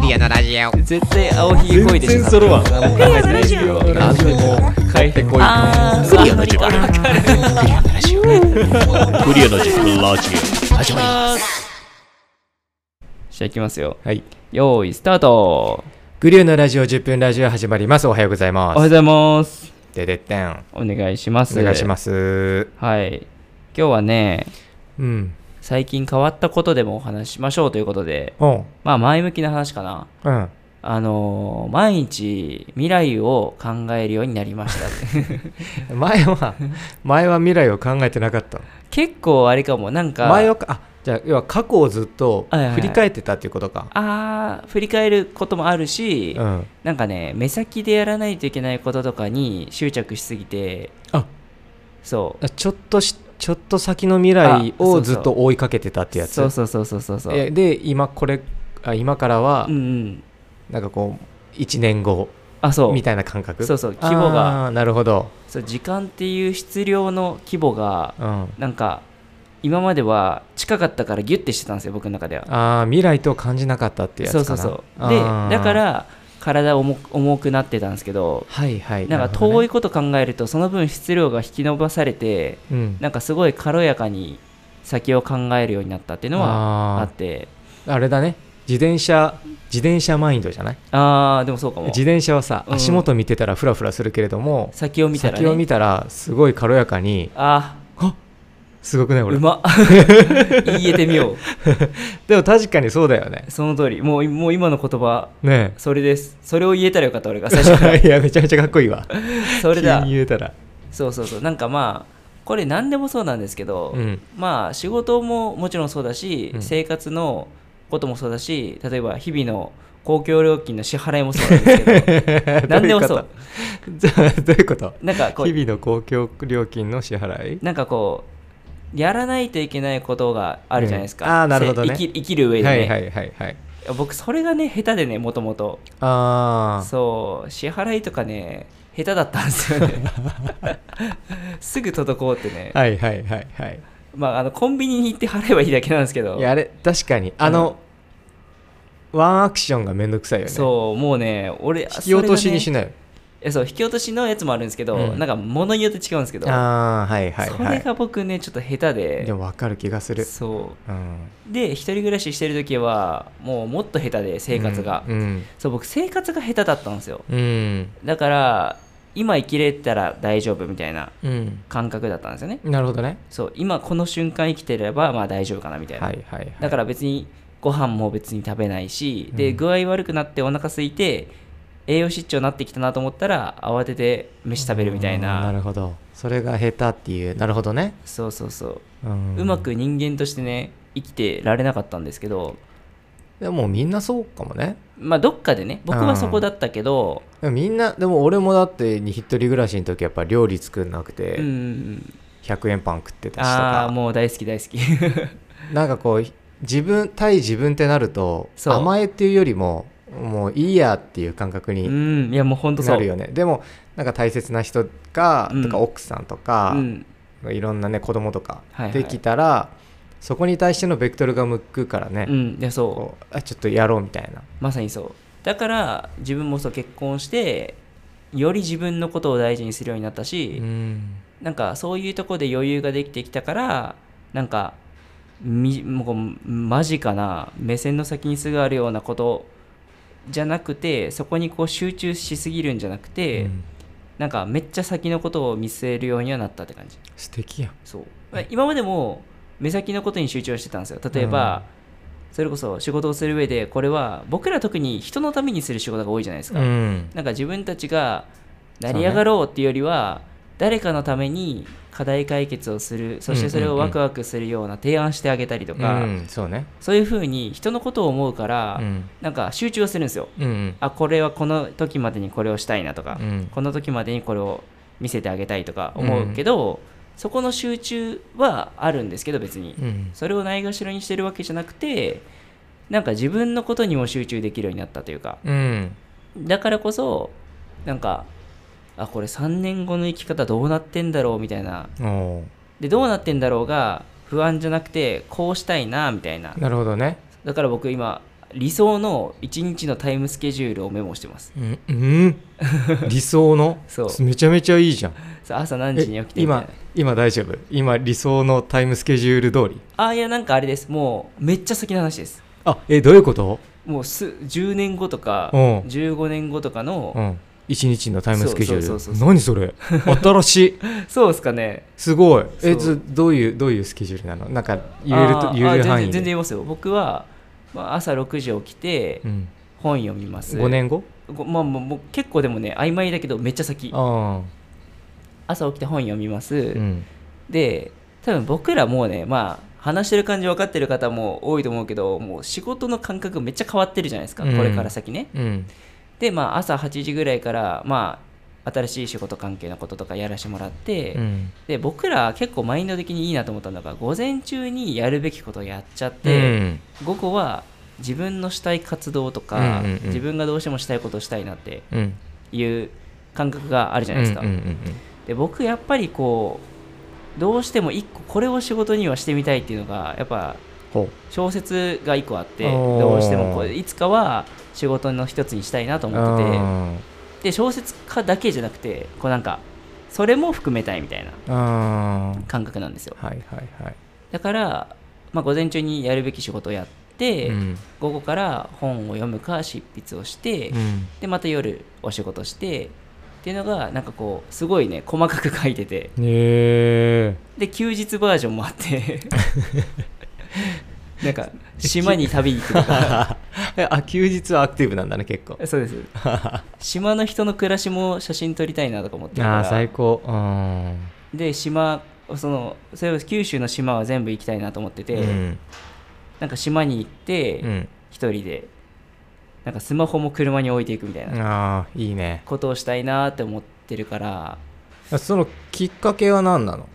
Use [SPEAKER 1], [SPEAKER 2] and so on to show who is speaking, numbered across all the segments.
[SPEAKER 1] リアのラジオ
[SPEAKER 2] 絶対青ひげこいでしょ
[SPEAKER 3] 全然揃わん
[SPEAKER 2] 何も考えてないですけど
[SPEAKER 3] ラジオ変えてこい
[SPEAKER 2] あー
[SPEAKER 4] クリアの時間
[SPEAKER 2] わかる
[SPEAKER 4] クリアの時間ラジオ始まり
[SPEAKER 2] じゃあいきますよ
[SPEAKER 3] はい
[SPEAKER 2] 用意スタート
[SPEAKER 3] グリューのラジオ10分ラジオ始まりますおはようござい
[SPEAKER 2] お
[SPEAKER 3] ま
[SPEAKER 2] はようご
[SPEAKER 3] す
[SPEAKER 2] ざいます
[SPEAKER 3] ででってん
[SPEAKER 2] お願いします
[SPEAKER 3] お願いしますす
[SPEAKER 2] はい今日はね
[SPEAKER 3] うん
[SPEAKER 2] 最近変わったことでもお話ししましょうということで
[SPEAKER 3] おう
[SPEAKER 2] まあ前向きな話かな
[SPEAKER 3] うん
[SPEAKER 2] あのー毎日未来を考えるようになりましたって
[SPEAKER 3] 前 は前は未来を考えてなかったの
[SPEAKER 2] 結構あれかもなんか
[SPEAKER 3] 前はかあじゃあ要は過去をずっと
[SPEAKER 2] はいはい
[SPEAKER 3] 振り返ってたっていうことか、
[SPEAKER 2] あー振り返ることもあるし、
[SPEAKER 3] うん
[SPEAKER 2] なんかね目先でやらないといけないこととかに執着しすぎて
[SPEAKER 3] あ
[SPEAKER 2] そう
[SPEAKER 3] ちょっとしちょっと先の未来をずっと追いかけてたってやつ
[SPEAKER 2] そうそうそうそうそうそう
[SPEAKER 3] えで今これあ今からは
[SPEAKER 2] うんうん
[SPEAKER 3] なんかこう1年後
[SPEAKER 2] あそう
[SPEAKER 3] みたいな感覚
[SPEAKER 2] そうそう規模が
[SPEAKER 3] あーなるほど、
[SPEAKER 2] そう時間っていう質量の規模が
[SPEAKER 3] うん、あ
[SPEAKER 2] なんか今までは近かったからギュッてしてたんですよ僕の中では
[SPEAKER 3] あー未来と感じなかったってやつか
[SPEAKER 2] そう
[SPEAKER 3] な
[SPEAKER 2] そうそうで
[SPEAKER 3] あー
[SPEAKER 2] だから体重く重くなってたんですけど
[SPEAKER 3] はいはい
[SPEAKER 2] なんか
[SPEAKER 3] るほど
[SPEAKER 2] 遠
[SPEAKER 3] ね
[SPEAKER 2] いこと考えるとその分質量が引き伸ばされて
[SPEAKER 3] うん、
[SPEAKER 2] なんかすごい軽やかに先を考えるようになったっていうのは
[SPEAKER 3] あー
[SPEAKER 2] あって
[SPEAKER 3] あれだね自転車自転車マインドじゃない
[SPEAKER 2] あーでもそうかも
[SPEAKER 3] 自転車はさ
[SPEAKER 2] うん
[SPEAKER 3] 足元見てたらフラフラするけれども、
[SPEAKER 2] 先を見たら、ね、
[SPEAKER 3] 先を見たらすごい軽やかに
[SPEAKER 2] あ
[SPEAKER 3] すごくない
[SPEAKER 2] ー
[SPEAKER 3] 俺
[SPEAKER 2] う
[SPEAKER 3] で
[SPEAKER 2] ま 言えてみよう
[SPEAKER 3] も確かにそうだよね
[SPEAKER 2] その通りもうもう今の言葉
[SPEAKER 3] ね
[SPEAKER 2] それですそれを言えたらよかった俺 が最初から
[SPEAKER 3] えいやめちゃめちゃかっこいいわ
[SPEAKER 2] それだ
[SPEAKER 3] 急に言えたら
[SPEAKER 2] そうそうそうなんかまあこれ何でもそうなんですけど、
[SPEAKER 3] うん
[SPEAKER 2] まあ仕事ももちろんそうだし、
[SPEAKER 3] うん
[SPEAKER 2] 生活のこともそうだし例えば日々の公共料金の支払いもそうなんですけ ど何でもそう
[SPEAKER 3] どういうことどういうこと
[SPEAKER 2] なんかこ
[SPEAKER 3] 日
[SPEAKER 2] う
[SPEAKER 3] 々の公共料金の支払い
[SPEAKER 2] なんかこうやらないといけないことがあるじゃないですか、
[SPEAKER 3] うんあーなるほどね
[SPEAKER 2] せ生き生きる上でね、
[SPEAKER 3] はいはいはいはい
[SPEAKER 2] 僕それがね下手でねもともと
[SPEAKER 3] ああ
[SPEAKER 2] そう支払いとかね下手だったんですよ ねすぐ滞ってね、
[SPEAKER 3] はいはいはいはい
[SPEAKER 2] まああのコンビニに行って払えばいいだけなんですけど
[SPEAKER 3] いやあれ確かにあの、ワンアクションがめんどくさいよね
[SPEAKER 2] そうもうね俺
[SPEAKER 3] 引き落としにし
[SPEAKER 2] い
[SPEAKER 3] ないよ、
[SPEAKER 2] やそう引き落としのやつもあるんですけど、
[SPEAKER 3] うん
[SPEAKER 2] なんか物によって違うんですけど、
[SPEAKER 3] ああはいはい
[SPEAKER 2] そ
[SPEAKER 3] は
[SPEAKER 2] れ
[SPEAKER 3] い
[SPEAKER 2] が僕ねちょっと下手で
[SPEAKER 3] でも分かる気がする
[SPEAKER 2] そ
[SPEAKER 3] うん
[SPEAKER 2] うで一人暮らししてる時はもうもっと下手で生活が、
[SPEAKER 3] うん
[SPEAKER 2] そう僕生活が下手だったんですよ
[SPEAKER 3] うん、
[SPEAKER 2] だから今生きれたら大丈夫みたいな
[SPEAKER 3] うん
[SPEAKER 2] 感覚だったんですよね
[SPEAKER 3] なるほどね
[SPEAKER 2] そう今この瞬間生きてればまあ大丈夫かなみたいな、
[SPEAKER 3] はいはいはい
[SPEAKER 2] だから別にご飯も別に食べないし、
[SPEAKER 3] う
[SPEAKER 2] で
[SPEAKER 3] ん
[SPEAKER 2] 具合悪くなってお腹空いて栄養失調になってきたなと思ったら慌てて飯食べるみたい
[SPEAKER 3] うん
[SPEAKER 2] な
[SPEAKER 3] なるほどそれが下手っていうなるほどね、
[SPEAKER 2] そうそうそうう、
[SPEAKER 3] ん
[SPEAKER 2] うまく人間としてね生きてられなかったんですけど
[SPEAKER 3] でもみんなそうかもね
[SPEAKER 2] まあどっかでね僕はそこだったけど、
[SPEAKER 3] でもみんなでも俺もだって一人暮らしの時やっぱ料理作んなくて、
[SPEAKER 2] うんうんうん、
[SPEAKER 3] 100円パン食ってたしと
[SPEAKER 2] ああ
[SPEAKER 3] か
[SPEAKER 2] ーもう大好き大好き
[SPEAKER 3] なんかこう自分対自分ってなると
[SPEAKER 2] そう
[SPEAKER 3] 甘えっていうよりももういいやっていう感覚
[SPEAKER 2] う
[SPEAKER 3] に
[SPEAKER 2] んいやもうほんとそ
[SPEAKER 3] な
[SPEAKER 2] う
[SPEAKER 3] るよねでもなんか大切な人か、
[SPEAKER 2] うん
[SPEAKER 3] とか奥さんとか
[SPEAKER 2] う、ん、
[SPEAKER 3] いろんなね子供とか
[SPEAKER 2] はいはい
[SPEAKER 3] できたら、そこに対してのベクトルが向くからね、
[SPEAKER 2] うん、いやそう
[SPEAKER 3] こうあちょっとやろうみたいな
[SPEAKER 2] まさにそうだから自分もそう結婚してより自分のことを大事にするようになったし、
[SPEAKER 3] ん
[SPEAKER 2] なんかそういうとこで余裕ができてきたからなんかみもうこうマジかな目線の先にすぐあるようなことじゃなくてそこにこう集中しすぎるんじゃなくて、
[SPEAKER 3] うん
[SPEAKER 2] なんかめっちゃ先のことを見据えるようにはなったって感じ
[SPEAKER 3] 素敵やん
[SPEAKER 2] そうまあ今までも目先のことに集中はしてたんですよ例えば、それこそ仕事をする上でこれは僕ら特に人のためにする仕事が多いじゃないですか、
[SPEAKER 3] ん
[SPEAKER 2] なんか自分たちが成り上がろうっていうよりは、誰かのために課題解決をするそしてそれをワクワクするような提案してあげたりとか、
[SPEAKER 3] うんそうね
[SPEAKER 2] そういうふうに人のことを思うから、
[SPEAKER 3] うん
[SPEAKER 2] なんか集中はするんですよ
[SPEAKER 3] うん
[SPEAKER 2] あこれはこの時までにこれをしたいなとか、
[SPEAKER 3] うん
[SPEAKER 2] この時までにこれを見せてあげたいとか思うけど、そこの集中はあるんですけど別に、
[SPEAKER 3] うん
[SPEAKER 2] それをないがしろにしてるわけじゃなくてなんか自分のことにも集中できるようになったというか
[SPEAKER 3] うん
[SPEAKER 2] だからこそなんかあこれ3年後の生き方どうなってんだろうみたいな
[SPEAKER 3] おー
[SPEAKER 2] でどうなってんだろうが不安じゃなくてこうしたいなみたいな
[SPEAKER 3] なるほどね
[SPEAKER 2] だから僕今理想の1日のタイムスケジュールをメモしてます
[SPEAKER 3] うん、うん、理想の
[SPEAKER 2] そう
[SPEAKER 3] めちゃめちゃいいじゃん
[SPEAKER 2] さあ朝何時に
[SPEAKER 3] え
[SPEAKER 2] 起きてみたい
[SPEAKER 3] 今
[SPEAKER 2] な
[SPEAKER 3] 今大丈夫今理想のタイムスケジュール通り
[SPEAKER 2] あいやなんかあれですもうめっちゃ先の話です
[SPEAKER 3] あえどういうこと
[SPEAKER 2] もうす10年後とか
[SPEAKER 3] うん
[SPEAKER 2] 15年後とか
[SPEAKER 3] う
[SPEAKER 2] の
[SPEAKER 3] ん一日のタイムスケジュール
[SPEAKER 2] そうそうそうそ
[SPEAKER 3] 何それ新し い
[SPEAKER 2] そうですかね
[SPEAKER 3] すごいえ
[SPEAKER 2] そ
[SPEAKER 3] ず
[SPEAKER 2] う
[SPEAKER 3] どういうどういうスケジュールなのなんか言える
[SPEAKER 2] あ
[SPEAKER 3] と
[SPEAKER 2] ー
[SPEAKER 3] 言え
[SPEAKER 2] あ
[SPEAKER 3] る
[SPEAKER 2] 全
[SPEAKER 3] 範囲
[SPEAKER 2] 然全
[SPEAKER 3] で
[SPEAKER 2] 然言いますよ僕は、まあ、朝6時起きて
[SPEAKER 3] うん、
[SPEAKER 2] 本読みます
[SPEAKER 3] 5年後
[SPEAKER 2] ごまあもうもう結構でもね曖昧だけどめっちゃ先
[SPEAKER 3] あ
[SPEAKER 2] 朝起きて本読みます、
[SPEAKER 3] あうん
[SPEAKER 2] で多分僕らもうねまあ話してる感じ分かってる方も多いと思うけどもう仕事の感覚めっちゃ変わってるじゃないですか、
[SPEAKER 3] うん
[SPEAKER 2] これから先ね
[SPEAKER 3] うん
[SPEAKER 2] でまあ朝8時ぐらいからまあ新しい仕事関係のこととかやらせてもらって、
[SPEAKER 3] うん
[SPEAKER 2] で僕ら結構マインド的にいいなと思ったのが午前中にやるべきことをやっちゃっ
[SPEAKER 3] う
[SPEAKER 2] て、
[SPEAKER 3] ん
[SPEAKER 2] 午後は自分のしたい活動とか、
[SPEAKER 3] うんうんうん
[SPEAKER 2] 自分がどうしてもしたいことをしたいなって
[SPEAKER 3] うん
[SPEAKER 2] いう感覚があるじゃないですか、
[SPEAKER 3] うんうんうんうん
[SPEAKER 2] で僕やっぱりこうどうしても一個これを仕事にはしてみたいっていうのがやっぱ
[SPEAKER 3] ほ
[SPEAKER 2] 小説が一個あって
[SPEAKER 3] おー
[SPEAKER 2] どうしてもこういつかは仕事の一つにしたいなと
[SPEAKER 3] う
[SPEAKER 2] 思ってて
[SPEAKER 3] あ
[SPEAKER 2] で小説家だけじゃなくてこうなんかそれも含めたいみたいな
[SPEAKER 3] ーあー
[SPEAKER 2] 感覚なんですよ
[SPEAKER 3] はいはいはい
[SPEAKER 2] だから、まあ、午前中にやるべき仕事をやって、
[SPEAKER 3] うん
[SPEAKER 2] 午後から本を読むか執筆をして、
[SPEAKER 3] うん
[SPEAKER 2] でまた夜お仕事してっていうのがなんかこうすごいね細かく書いてて
[SPEAKER 3] ねえ
[SPEAKER 2] で休日バージョンもあってなんか島に旅に行くと か
[SPEAKER 3] えあ休日はアクティブなんだね結構
[SPEAKER 2] そうです島の人の暮らしも写真撮りたいなとか思ってるから
[SPEAKER 3] ああ最高うん
[SPEAKER 2] で島そのそれこそ九州の島は全部行きたいなと思ってて、
[SPEAKER 3] うん
[SPEAKER 2] なんか島に行って
[SPEAKER 3] うん
[SPEAKER 2] 一人でなんかスマホも車に置いていくみたいな
[SPEAKER 3] ああいいね
[SPEAKER 2] ことをしたいなって思ってるから
[SPEAKER 3] そのきっかけは何なの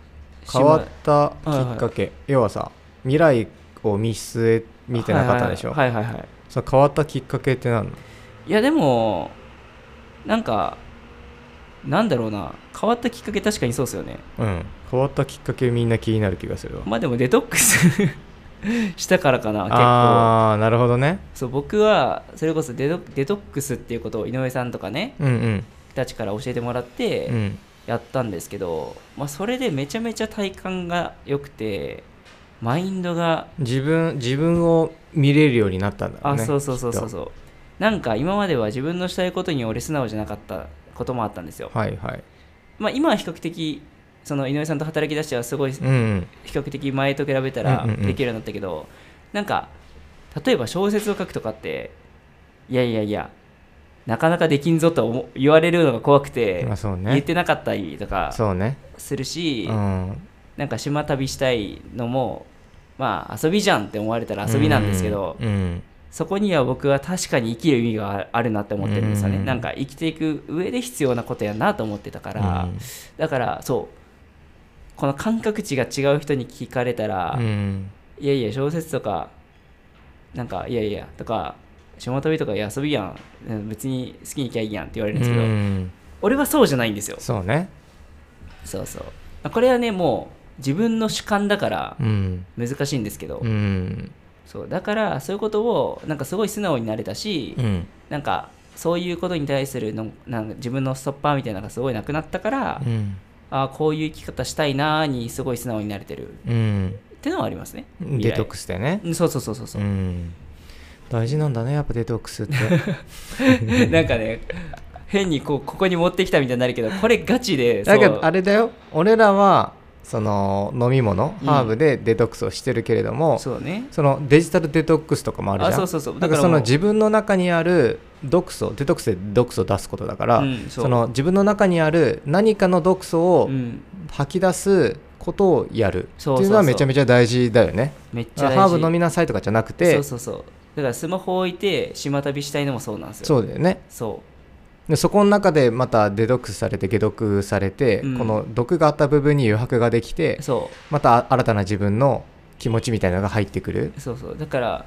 [SPEAKER 3] 変わったきっかけ、要はさ未来を見据え見てなかったでしょ、
[SPEAKER 2] はいはいはい、はいはいは
[SPEAKER 3] その変わったきっかけって何なの
[SPEAKER 2] い、いやでもなんかなんだろうな変わったきっかけ確かにそうですよね
[SPEAKER 3] うん変わったきっかけみんな気になる気がするわ
[SPEAKER 2] まあでもデトックス したからかな結構
[SPEAKER 3] ああなるほどね
[SPEAKER 2] そう僕はそれこそデトデトックスっていうことを井上さんとかね
[SPEAKER 3] うんうん
[SPEAKER 2] たちから教えてもらって、
[SPEAKER 3] うん
[SPEAKER 2] やったんですけど、まあ、それでめちゃめちゃ体感が良くてマインドが
[SPEAKER 3] 自分自分を見れるようになったんだろ
[SPEAKER 2] あ、
[SPEAKER 3] うね
[SPEAKER 2] そうそうそうそうそうなんか今までは自分のしたいことに俺素直じゃなかったこともあったんですよ、
[SPEAKER 3] はいはい
[SPEAKER 2] まあ、今は比較的その井上さんと働き出してはすごい比
[SPEAKER 3] うんうん
[SPEAKER 2] 較的前と比べたら
[SPEAKER 3] うんうんうん
[SPEAKER 2] できるようになったけど、なんか例えば小説を書くとかっていやいやいやなかなかできんぞと思言われるのが怖くて、
[SPEAKER 3] まあそう
[SPEAKER 2] 言っ
[SPEAKER 3] ね
[SPEAKER 2] てなかったりとか
[SPEAKER 3] そうね
[SPEAKER 2] するし、
[SPEAKER 3] うん
[SPEAKER 2] なんか島旅したいのもまあ遊びじゃんって思われたら遊びなんですけど、
[SPEAKER 3] うん
[SPEAKER 2] そこには僕は確かに生きる意味があるなって思ってるんですよね、
[SPEAKER 3] うん
[SPEAKER 2] なんか生きていく上で必要なことやなと思ってたから、
[SPEAKER 3] うん
[SPEAKER 2] だからそうこの感覚値が違う人に聞かれたら、
[SPEAKER 3] うん
[SPEAKER 2] いやいや小説とかなんかいやいやとか島旅とかいや遊びやんうん別に好きに行きゃいいやんって言われるんですけど、
[SPEAKER 3] うん
[SPEAKER 2] 俺はそうじゃないんですよ
[SPEAKER 3] そうね
[SPEAKER 2] そうそうまあこれはねもう自分の主観だから
[SPEAKER 3] うん
[SPEAKER 2] 難しいんですけど、
[SPEAKER 3] うん
[SPEAKER 2] そうだからそういうことをなんかすごい素直になれたし、
[SPEAKER 3] うん
[SPEAKER 2] なんかそういうことに対するのなんか自分のストッパーみたいなのがすごいなくなったから、
[SPEAKER 3] うん
[SPEAKER 2] ああこういう生き方したいなーにすごい素直になれてるっ
[SPEAKER 3] うん
[SPEAKER 2] てのはありますね未
[SPEAKER 3] デ
[SPEAKER 2] 来
[SPEAKER 3] トックスでね
[SPEAKER 2] うんそうそうそうそうそうう、
[SPEAKER 3] ん大事なんだねやっぱデトックスっ て
[SPEAKER 2] なんかね変にこうここに持ってきたみたいになるけどこれガチで
[SPEAKER 3] だ
[SPEAKER 2] そう
[SPEAKER 3] けどあれだよ俺らはその飲み物
[SPEAKER 2] うん
[SPEAKER 3] ハーブでデトックスをしてるけれども、そ
[SPEAKER 2] そうね
[SPEAKER 3] のデジタルデトックスとかもあるじゃん
[SPEAKER 2] あそうそうそう
[SPEAKER 3] だか
[SPEAKER 2] だ
[SPEAKER 3] らそ
[SPEAKER 2] からも
[SPEAKER 3] の
[SPEAKER 2] う
[SPEAKER 3] 自分の中にある毒素デトックスで毒素を出すことだから、
[SPEAKER 2] うんそ
[SPEAKER 3] そうの自分の中にある何かの毒素を
[SPEAKER 2] うん
[SPEAKER 3] 吐き出すことをやるって
[SPEAKER 2] そうそう
[SPEAKER 3] い
[SPEAKER 2] そう
[SPEAKER 3] うのはめちゃめちゃ大事だよね
[SPEAKER 2] めっちゃ大事
[SPEAKER 3] ハーブ飲みなさいとかじゃなくて
[SPEAKER 2] そうそうそうだからスマホ置いて島旅したいのもそうなんですよ
[SPEAKER 3] そうだよね
[SPEAKER 2] そう
[SPEAKER 3] でそこの中でまたデトックスされて解毒されて、
[SPEAKER 2] うん
[SPEAKER 3] この毒があった部分に余白ができて
[SPEAKER 2] そう
[SPEAKER 3] また新たな自分の気持ちみたいなのが入ってくる
[SPEAKER 2] そうそうだから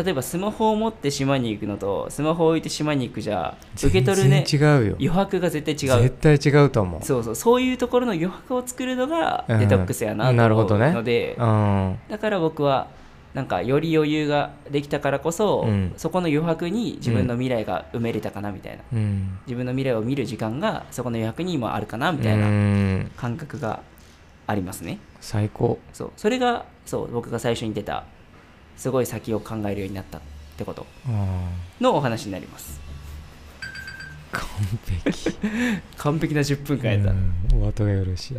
[SPEAKER 2] 例えばスマホを持って島に行くのとスマホを置いて島に行くじゃ受け取るね
[SPEAKER 3] 全然違うよ
[SPEAKER 2] 余白が絶対違う
[SPEAKER 3] 絶対違うと思う
[SPEAKER 2] そうそうそういうところの余白を作るのが
[SPEAKER 3] うん
[SPEAKER 2] デトックスやなと
[SPEAKER 3] なるほ
[SPEAKER 2] 思
[SPEAKER 3] ど
[SPEAKER 2] う
[SPEAKER 3] ね
[SPEAKER 2] ので、
[SPEAKER 3] うん
[SPEAKER 2] だから僕はなんかより余裕ができたからこそ、
[SPEAKER 3] うん
[SPEAKER 2] そこの余白に自分の未来が埋めれたかなみたいな、
[SPEAKER 3] うん
[SPEAKER 2] 自分の未来を見る時間がそこの余白に今あるかなみ
[SPEAKER 3] う
[SPEAKER 2] たいなん感覚がありますね
[SPEAKER 3] 最高
[SPEAKER 2] そうそれがそう僕が最初に出たすごい先を考えるようになったってこと
[SPEAKER 3] あ
[SPEAKER 2] のお話になります
[SPEAKER 3] ー完璧
[SPEAKER 2] 完璧な10分間やった、
[SPEAKER 3] うんお後がよろしい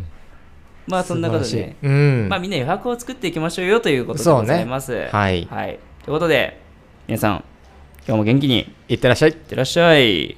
[SPEAKER 2] まあそんなこと
[SPEAKER 3] 素晴
[SPEAKER 2] で、
[SPEAKER 3] らしいうん
[SPEAKER 2] まあみんな余白を作っていきましょうよということでございます、
[SPEAKER 3] ねはい
[SPEAKER 2] はい、ということで皆さん今日も元気にい
[SPEAKER 3] いってらっしゃい
[SPEAKER 2] ってらっしゃい